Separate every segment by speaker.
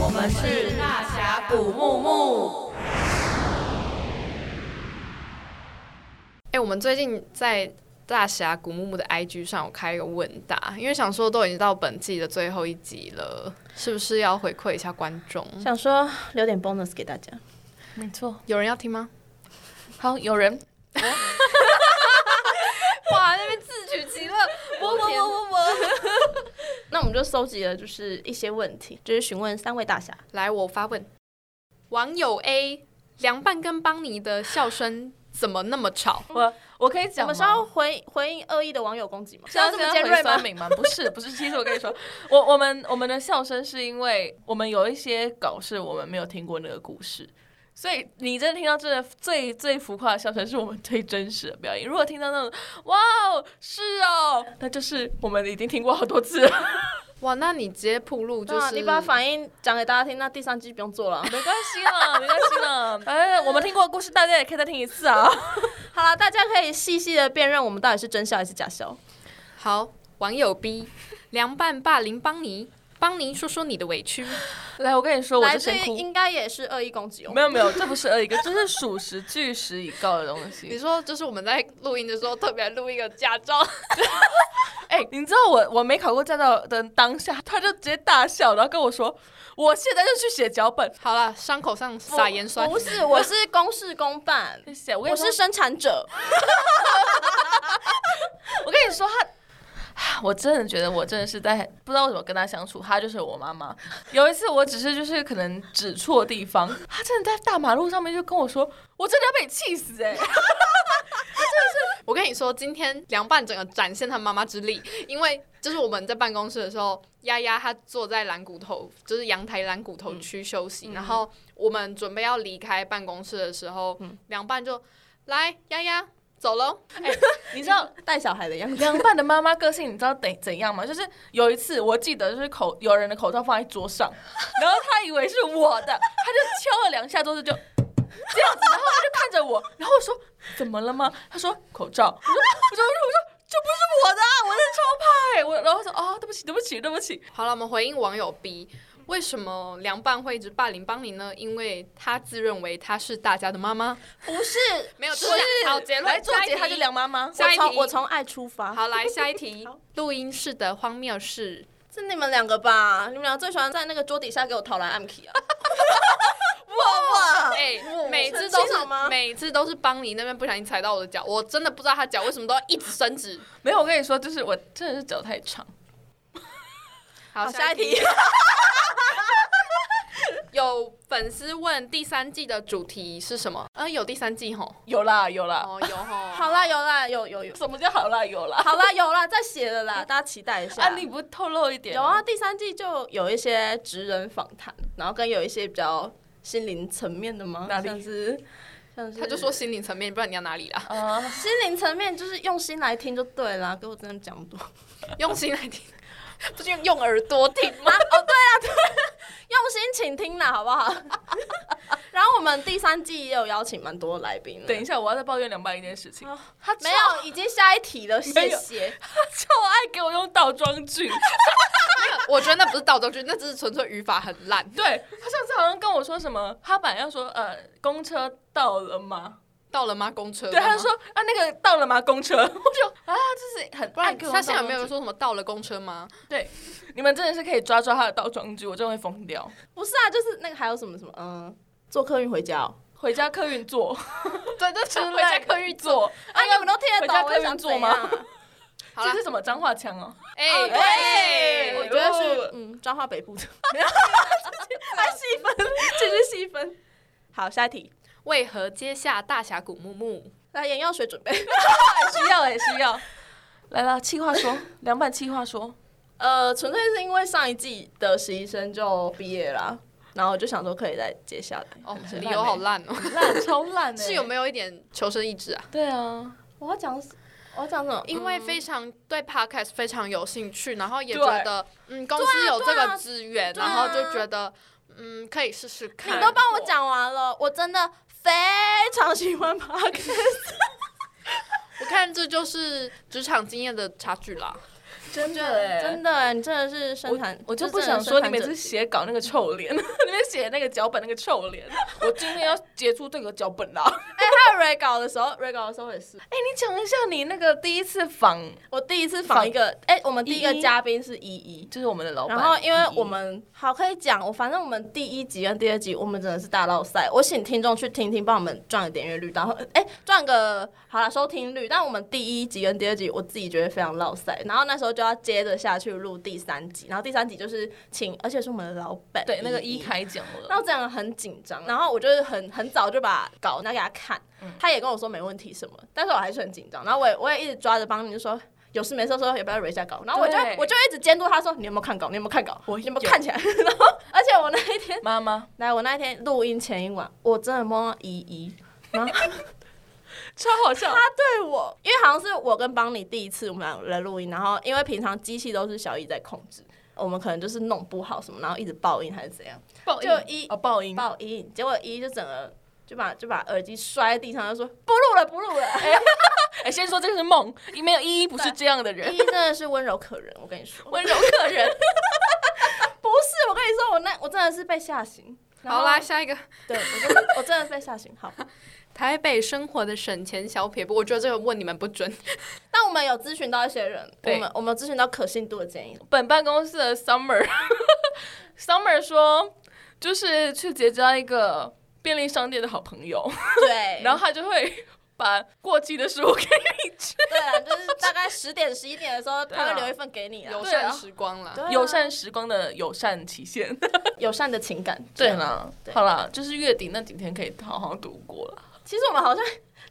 Speaker 1: 我们是大峡谷木木。
Speaker 2: 哎、我们最近在大峡谷木木的 IG 上有开一个问答，因为想说都已经到本季的最后一集了，是不是要回馈一下观众？
Speaker 3: 想说留点 bonus 给大家。
Speaker 4: 没错，
Speaker 2: 有人要听吗？
Speaker 4: 好，有人
Speaker 2: 哇，那边自取其乐，
Speaker 3: 我我我我。那我们就搜集了，就是一些问题，就是询问三位大侠。
Speaker 2: 来，我发问：网友 A 凉拌跟邦尼的笑声怎么那么吵？
Speaker 4: 我我可以
Speaker 3: 我
Speaker 4: 讲吗
Speaker 3: 们是要回回应恶意的网友攻击吗？
Speaker 4: 是要
Speaker 3: 这
Speaker 4: 这
Speaker 3: 么
Speaker 4: 么
Speaker 3: 尖
Speaker 4: 尖
Speaker 3: 锐
Speaker 4: 锐
Speaker 3: 吗
Speaker 4: 吗？？吗？ 不是，不是。其实我跟你说， 我我们我们的笑声是因为我们有一些稿是我们没有听过那个故事，所以你真的听到真的最最浮夸的笑声是我们最真实的表演。如果听到那种哇哦是哦，那就是我们已经听过好多次了。
Speaker 2: 哇，那你直接铺路就
Speaker 3: 对啊，
Speaker 2: 是
Speaker 3: 你把反应讲给大家听，那第三季不用做 了。 啊
Speaker 4: 没关系啦，没关系 啦，反正哎我们听过的故事，大家也可以再听一次啊。
Speaker 3: 好了，大家可以细细的辨认我们到底是真笑还是假笑。
Speaker 2: 好，网友 B，凉拌霸凌邦尼，邦尼说说你的委屈。
Speaker 4: 来，我跟你说，我
Speaker 3: 来
Speaker 4: 是
Speaker 3: 自
Speaker 4: 先
Speaker 3: 于
Speaker 4: 哭。
Speaker 3: 应该也是恶意攻击哦
Speaker 4: 没。有没有，这不是呃二一个，这是属实据实以告的东西。
Speaker 2: 你说，就是我们在录音的时候特别录一个假照，
Speaker 4: 哎、你知道我我没考过驾照的当下，他就直接大笑，然后跟我说：“我现在就去写脚本。
Speaker 2: 好了，伤口上撒盐酸
Speaker 3: 我。不是，我是公事公办”，
Speaker 4: 谢谢。我跟
Speaker 3: 我
Speaker 4: 你说，
Speaker 3: 是生产者。
Speaker 4: 我跟你说他。 我真的觉得我真的是在不知道为什么跟他相处，他就是我妈妈。有一次我只是就是可能指错地方，他真的在大马路上面就跟我说：“我真的要被你气死哎、
Speaker 2: 我跟你说，今天凉拌整个展现他妈妈之力，因为就是我们在办公室的时候，丫丫她坐在蓝骨头，就是阳台蓝骨头区休息，然后我们准备要离开办公室的时候，凉拌就来丫丫走 喽，哎
Speaker 4: 你知道
Speaker 3: 带小孩的样子。
Speaker 4: 凉拌的妈妈个性你知道怎怎样吗？就是有一次我记得就是口有人的口罩放在桌上，然后他以为是我的，他就敲了两下桌子就这样子，然后他就看着我，然后我说怎么了吗？他说口罩，我说我说我说我说这不是我的啊，我是超派，我然后我说哦对不起对不起对不起，
Speaker 2: 好了，我们回应网友 B，为什么凉拌会一直霸凌邦尼呢？因为他自认为他是大家的妈妈。
Speaker 3: 不是，
Speaker 2: 没有，
Speaker 4: 是
Speaker 2: 就是好结论。
Speaker 4: 来做
Speaker 2: 下一
Speaker 4: 结
Speaker 2: 题
Speaker 4: 他就梁妈妈，
Speaker 2: 下
Speaker 3: 我
Speaker 2: 一
Speaker 3: 从
Speaker 2: 题，
Speaker 3: 我从爱出发。
Speaker 2: 好来下一题，录音室的荒谬 事。
Speaker 3: 是你们两个吧？你们俩最喜欢在那个桌底下给我讨来暗 k 啊！哇哇！
Speaker 2: 哎、
Speaker 3: 我
Speaker 2: 每次都
Speaker 3: 生气了吗
Speaker 2: 是每次都是邦尼那边不小心踩到我的脚，我真的不知道他脚为什么都要一直伸直。
Speaker 4: 没有我跟你说就是我真的是脚太长，
Speaker 2: 好，
Speaker 3: 好，下一题。
Speaker 2: 有粉丝问第三季的主题是什么？嗯，有第三季吼，
Speaker 4: 有啦有啦，
Speaker 2: 哦有吼，
Speaker 3: 好啦，有啦，有有有，
Speaker 4: 什么叫好啦有啦？
Speaker 3: 好啦，有啦，再写了啦，大家期待一下。
Speaker 4: 啊你不透露一点
Speaker 3: 有啊，第三季就有一些职人访谈，然后跟有一些比较心灵层面的吗？
Speaker 4: 哪里
Speaker 3: 像是像 是
Speaker 2: 他就说心灵层面，不然你要哪里啦？
Speaker 4: 啊？
Speaker 3: 心灵层面就是用心来听就对啦，跟我真的讲不多。
Speaker 2: 用心来听， 不是用用耳朵听 吗？
Speaker 3: 用心请听啦，好不好？ 然后我们第三季也有邀请蛮多来宾的，
Speaker 4: 等一下，我要再抱怨凉拌一件事情，
Speaker 3: 他没有，已经下一题 了，
Speaker 4: 没
Speaker 3: 谢
Speaker 4: 有
Speaker 3: 谢。
Speaker 4: 他超爱给我用倒装句。
Speaker 2: 我觉得那不是倒装句，那只是纯粹语法很烂。
Speaker 4: 对他上次好像跟我说什么，他本来要说呃公车到了吗？
Speaker 2: 到了吗？公车？
Speaker 4: 对，他就说啊那个到了吗？公车，我 就啊就是很
Speaker 2: 不然
Speaker 4: 爱给我
Speaker 2: 他
Speaker 4: 用
Speaker 2: 现在有
Speaker 4: 倒
Speaker 2: 没有
Speaker 4: 装句
Speaker 2: 说什么到了公车吗？
Speaker 4: 对，你们真的是可以抓抓他的倒装句，我真的会疯掉。
Speaker 3: 不是啊，就是那个还有什么什么，嗯，坐客运回家、哦。
Speaker 4: 回家客运坐，
Speaker 2: 对，这 是
Speaker 4: 回家客运 坐，
Speaker 3: 啊，你们都听得
Speaker 4: 回
Speaker 3: 懂
Speaker 4: 家，
Speaker 3: 我
Speaker 4: 客
Speaker 3: 也
Speaker 4: 运
Speaker 3: 想
Speaker 4: 坐
Speaker 3: 怎
Speaker 4: 吗
Speaker 3: 样？
Speaker 2: 好
Speaker 4: 这
Speaker 2: 了
Speaker 4: 是，什么脏话腔哦？
Speaker 2: 哎
Speaker 3: 哦
Speaker 2: 哎
Speaker 3: 对，我觉得是嗯，彰化北部的， 还细分，这是细分。好，下一题，
Speaker 2: 为何接下大峡谷木木？
Speaker 3: 来眼药水准备。
Speaker 4: 需要也需要。来了，气话说， 凉拌气话 说，
Speaker 3: 呃，纯粹是因为上一季的实习生就毕业啦，然后我就想说可以再接下来。
Speaker 2: 哦，
Speaker 4: 很烂
Speaker 2: 理由
Speaker 3: 欸
Speaker 2: 好烂 哦，
Speaker 4: 烂超烂的、
Speaker 2: 是有没有一点求生意志啊？
Speaker 4: 对啊，
Speaker 3: 我要讲什，我要讲什么？嗯
Speaker 2: 因为非常对 podcast 非常有兴趣，然后也
Speaker 4: 对
Speaker 2: 觉得嗯公司有这
Speaker 3: 对
Speaker 2: 个
Speaker 3: 啊
Speaker 2: 资源，
Speaker 3: 对啊
Speaker 2: 然后就觉得嗯可以试试
Speaker 3: 你
Speaker 2: 看
Speaker 3: 都。帮我讲完了，我真的非常喜欢 p o d
Speaker 2: 我看这就是职场经验的差距啦。
Speaker 3: 真
Speaker 4: 的哎
Speaker 3: 真的，你真的是生
Speaker 4: 我
Speaker 3: 产，
Speaker 4: 我就
Speaker 3: 这
Speaker 4: 不
Speaker 3: 真的
Speaker 4: 想
Speaker 3: 是
Speaker 4: 说
Speaker 3: 生
Speaker 4: 你
Speaker 3: 产
Speaker 4: 每
Speaker 3: 者
Speaker 4: 次写稿那个臭脸， 你们写那个脚本那个臭脸。 我今天要结束这个脚本啦。
Speaker 3: 在 re 稿的时候，re 稿的时候也是，
Speaker 4: 哎、你讲一下你那个第一次访，
Speaker 3: 我第一次访一个，哎、我们第一个
Speaker 4: 依依
Speaker 3: 嘉宾是依依。
Speaker 4: 就是我们的老板。嗯
Speaker 3: 然后，因为
Speaker 4: 依依
Speaker 3: 我们好可以讲，我反正我们第一集跟第二集，我们真的是大捞赛。我请听众去听听，帮我们赚个点阅率，然后哎赚个好了收听率。但我们第一集跟第二集，我自己觉得非常捞赛。然后那时候就要接着下去录第三集，然后第三集就是请，而且是我们的老板嗯
Speaker 4: 对那个 E 一
Speaker 3: 依依
Speaker 4: 开讲
Speaker 3: 那
Speaker 4: 了，
Speaker 3: 我这样很紧张，然后我就是很很早就把稿拿给他看，他也跟我说没问题什么，但是我还是很紧张，然后我也我也一直抓着帮你就说。有事没事说也不要 r 一下稿，然后我就
Speaker 4: 对
Speaker 3: 我就一直监督他说你有没有看稿，你有没有看稿，
Speaker 4: 我
Speaker 3: 你有没有
Speaker 4: 有
Speaker 3: 看起来？ 然后而且我那一天
Speaker 4: 妈妈
Speaker 3: 来我那一天录音前一晚，我真的梦到依依，然后他
Speaker 4: 超好 笑。
Speaker 3: 对我，因为好像是我跟邦尼第一次我们俩来录音，然后因为平常机器都是小易在控制，我们可能就是弄不好什么，然后一直爆音还是怎样，
Speaker 2: 报应
Speaker 3: 就依
Speaker 4: 哦，爆音。
Speaker 3: 报音，结果一就整个就把就把耳机摔在地上，就说不录了，不录了。
Speaker 4: 哎、先说这个是梦，没有依依不是这样的 人
Speaker 3: 一，真的是温柔可人，我跟你说，
Speaker 4: 温柔可人。
Speaker 3: 不是我跟你说，我那我真的是被吓醒。然后
Speaker 2: 好啦，，下一个
Speaker 3: 对我真的我真的被吓醒。好，
Speaker 2: 台北生活的省钱小撇步，我觉得这个问你们不准。
Speaker 3: 但我们有咨询到一些人，我
Speaker 4: 对
Speaker 3: 们我们有咨询到可信度的建议，
Speaker 4: 本办公室的 Summer Summer 说，就是去结交一个便利商店的好朋友，
Speaker 3: 对，
Speaker 4: 然后他就会把过期的食物给你吃，
Speaker 3: 对啊，就是大概十点十一点的时候，
Speaker 4: 对
Speaker 3: 他
Speaker 4: 啊
Speaker 3: 会留一份给你啊
Speaker 2: 友
Speaker 4: 对
Speaker 2: 善
Speaker 4: 啊
Speaker 2: 时光啦，
Speaker 3: 对啊
Speaker 4: 友善时光的友善期 限。
Speaker 3: 友善的情感，
Speaker 4: 对啦
Speaker 3: 对，啊
Speaker 4: 好啦，就是月底那几天可以好好度过了。
Speaker 3: 其实我们好像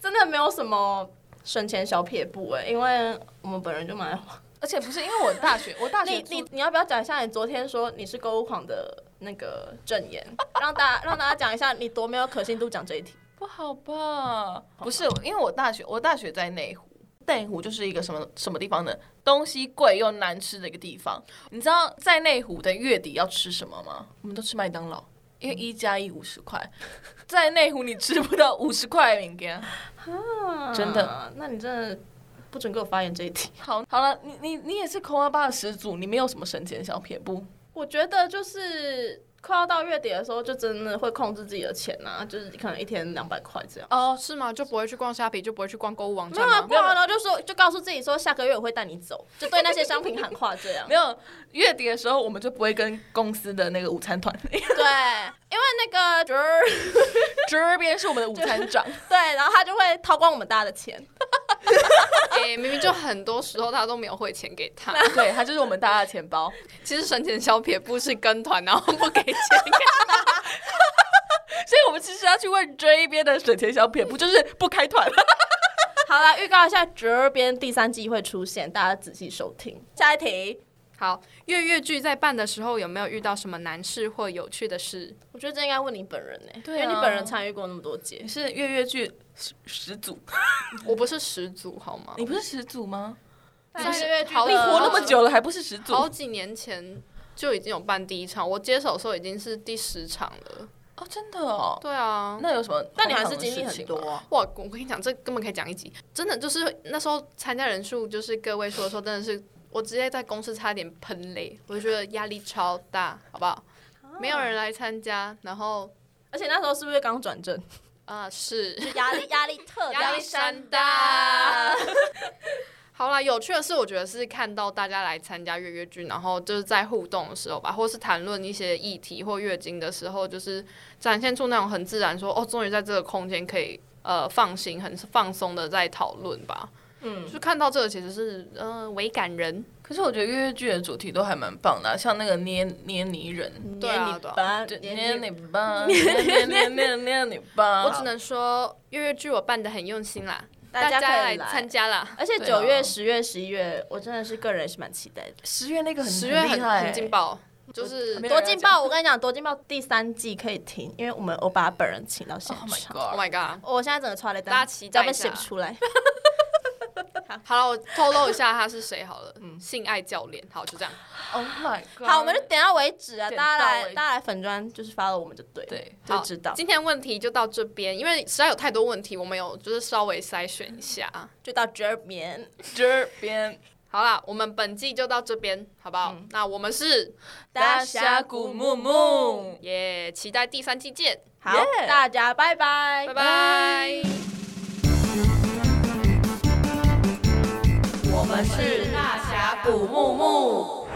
Speaker 3: 真的没有什么省钱小撇步哎、因为我们本人就蛮
Speaker 4: 而且不是因为我大学，我 大学
Speaker 3: 你
Speaker 4: 住
Speaker 3: 你你要不要讲一下你昨天说你是购物狂的那个证言，让大家让大家讲一下你多没有可信度讲这一题？
Speaker 4: 不好吧？不是，因为我大学我大学在内湖，内湖就是一个什么什么地方呢？东西贵又难吃的一个地方。你知道在内湖的月底要吃什么吗？我们都吃麦当劳，因为一加一五十块， 在内湖你吃不到五十块饼干。真的？
Speaker 3: 啊那你真的不准给我发言这一题。
Speaker 4: 好，好了，你你你也是抠阿巴的始祖，你没有什么省钱小撇步。
Speaker 3: 我觉得就是快要到月底的时候，就真的会控制自己的钱啊，就是可能一天两百块这样。
Speaker 2: 哦，是吗？就不会去逛虾皮，就不会去逛购物网
Speaker 3: 没
Speaker 2: 站
Speaker 3: 有啊，
Speaker 2: 吗？
Speaker 3: 逛完了就说就告诉自己说下个月我会带你走，就对那些商品喊话这 样。
Speaker 4: 没有月底的时候，我们就不会跟公司的那个午餐团，
Speaker 3: 对，因为那个
Speaker 4: 这边是我们的午餐长。
Speaker 3: 对，然后他就会掏光我们大家的钱。
Speaker 2: 哎，明明就很多时候他都没有汇钱给他。
Speaker 4: 对，他就是我们大家的钱包。
Speaker 2: 其实省钱小撇步是跟团，然后不给钱给
Speaker 4: 所以我们其实要去问这一边的省钱小 撇步，就是不开团。
Speaker 3: 好了，预告一下，折边第三季会出现，大家仔细收听。下一题。
Speaker 2: 好，月月剧在办的时候有没有遇到什么难事或有趣的事？
Speaker 3: 我觉得这应该问你本人呢、
Speaker 4: 对啊
Speaker 3: 因为你本人参与过那么多节
Speaker 4: 你。是月月剧始始祖，
Speaker 2: 我不是始祖好吗？
Speaker 4: 你不是始祖吗？
Speaker 3: 上个月
Speaker 2: 好
Speaker 3: 呃
Speaker 4: 你活那么久了还不是始祖？
Speaker 2: 好几年前就已经有办第一场，我接手的时候已经是第十场了。
Speaker 4: 哦，真的哦。
Speaker 2: 对啊，
Speaker 4: 那有什么荒唐的事
Speaker 3: 但
Speaker 4: 情吗？
Speaker 3: 你还是经历很多啊、
Speaker 2: 哇，我跟你讲，这根本可以讲一集。真的就是那时候参加人数，就是各位说的时候，真的是我直接在公司差点喷泪，我就觉得压力超大，好不好？没有人来参加，然后
Speaker 3: 而且那时候是不是刚转正？
Speaker 2: 啊、是
Speaker 3: 就压力压力特
Speaker 2: 压力山大。 好啦，有趣的是，我觉得是看到大家来参加月月剧，然后就是在互动的时候吧，或是谈论一些议题或月经的时候，就是展现出那种很自然说，哦，终于在这个空间可以呃放心、很放松的在讨论吧。嗯，就看到这个其实是呃为感人，
Speaker 4: 可是我觉得月月剧的主题都还蛮棒的啊、像那个捏捏泥人，
Speaker 2: 对啊对
Speaker 3: 班
Speaker 4: 对嗯捏你吧， 捏捏捏 捏捏你吧。
Speaker 2: 我只能说月月剧我办的很用心啦，
Speaker 3: 大家
Speaker 2: 家
Speaker 3: 可以来
Speaker 2: 来参加啦。
Speaker 3: 而且
Speaker 4: 对啊
Speaker 3: 九月、十月、十一月，我真的是个人也是蛮期待的。
Speaker 4: 十月那个很
Speaker 2: 十月
Speaker 4: 很
Speaker 2: 很
Speaker 4: 厉害
Speaker 2: 很劲爆，就是
Speaker 4: 没有
Speaker 3: 多
Speaker 4: 人
Speaker 3: 劲
Speaker 4: 要
Speaker 2: 啊
Speaker 3: 爆！我跟你讲，多劲爆第三季可以听，因为我们我把本人请到现
Speaker 4: ，Oh
Speaker 3: 场。
Speaker 2: Oh
Speaker 4: my god！
Speaker 2: my god！
Speaker 3: 我现在整个出来
Speaker 2: 大家期待
Speaker 3: 要
Speaker 2: 一下
Speaker 3: 不然写不出来。
Speaker 2: 好了，我透露一下他是谁好了，
Speaker 3: 嗯
Speaker 2: 性爱教练，好，就这样。
Speaker 4: ，Oh my god！
Speaker 3: 好，我们就点到为止啊！
Speaker 4: 点
Speaker 3: 大家
Speaker 4: 到
Speaker 3: 来，
Speaker 4: 为止
Speaker 3: 大家来粉砖就是 follow 我们就对了，
Speaker 4: 对
Speaker 3: 就
Speaker 2: 好
Speaker 3: 知道，
Speaker 2: 今天问题就到这边，因为实在有太多
Speaker 3: 嗯
Speaker 2: 问题，我们有就是稍微筛选一下。
Speaker 3: 就到这边。
Speaker 4: 这边
Speaker 2: 好啦，我们本季就到这边，好不好？
Speaker 3: 嗯
Speaker 2: 那我们是
Speaker 3: 大峡谷木木，
Speaker 2: 耶期待第三季见，
Speaker 3: 好
Speaker 4: Yeah
Speaker 3: 大家拜拜，
Speaker 2: 拜拜。
Speaker 3: 嗯
Speaker 1: 我们是大峡谷木木。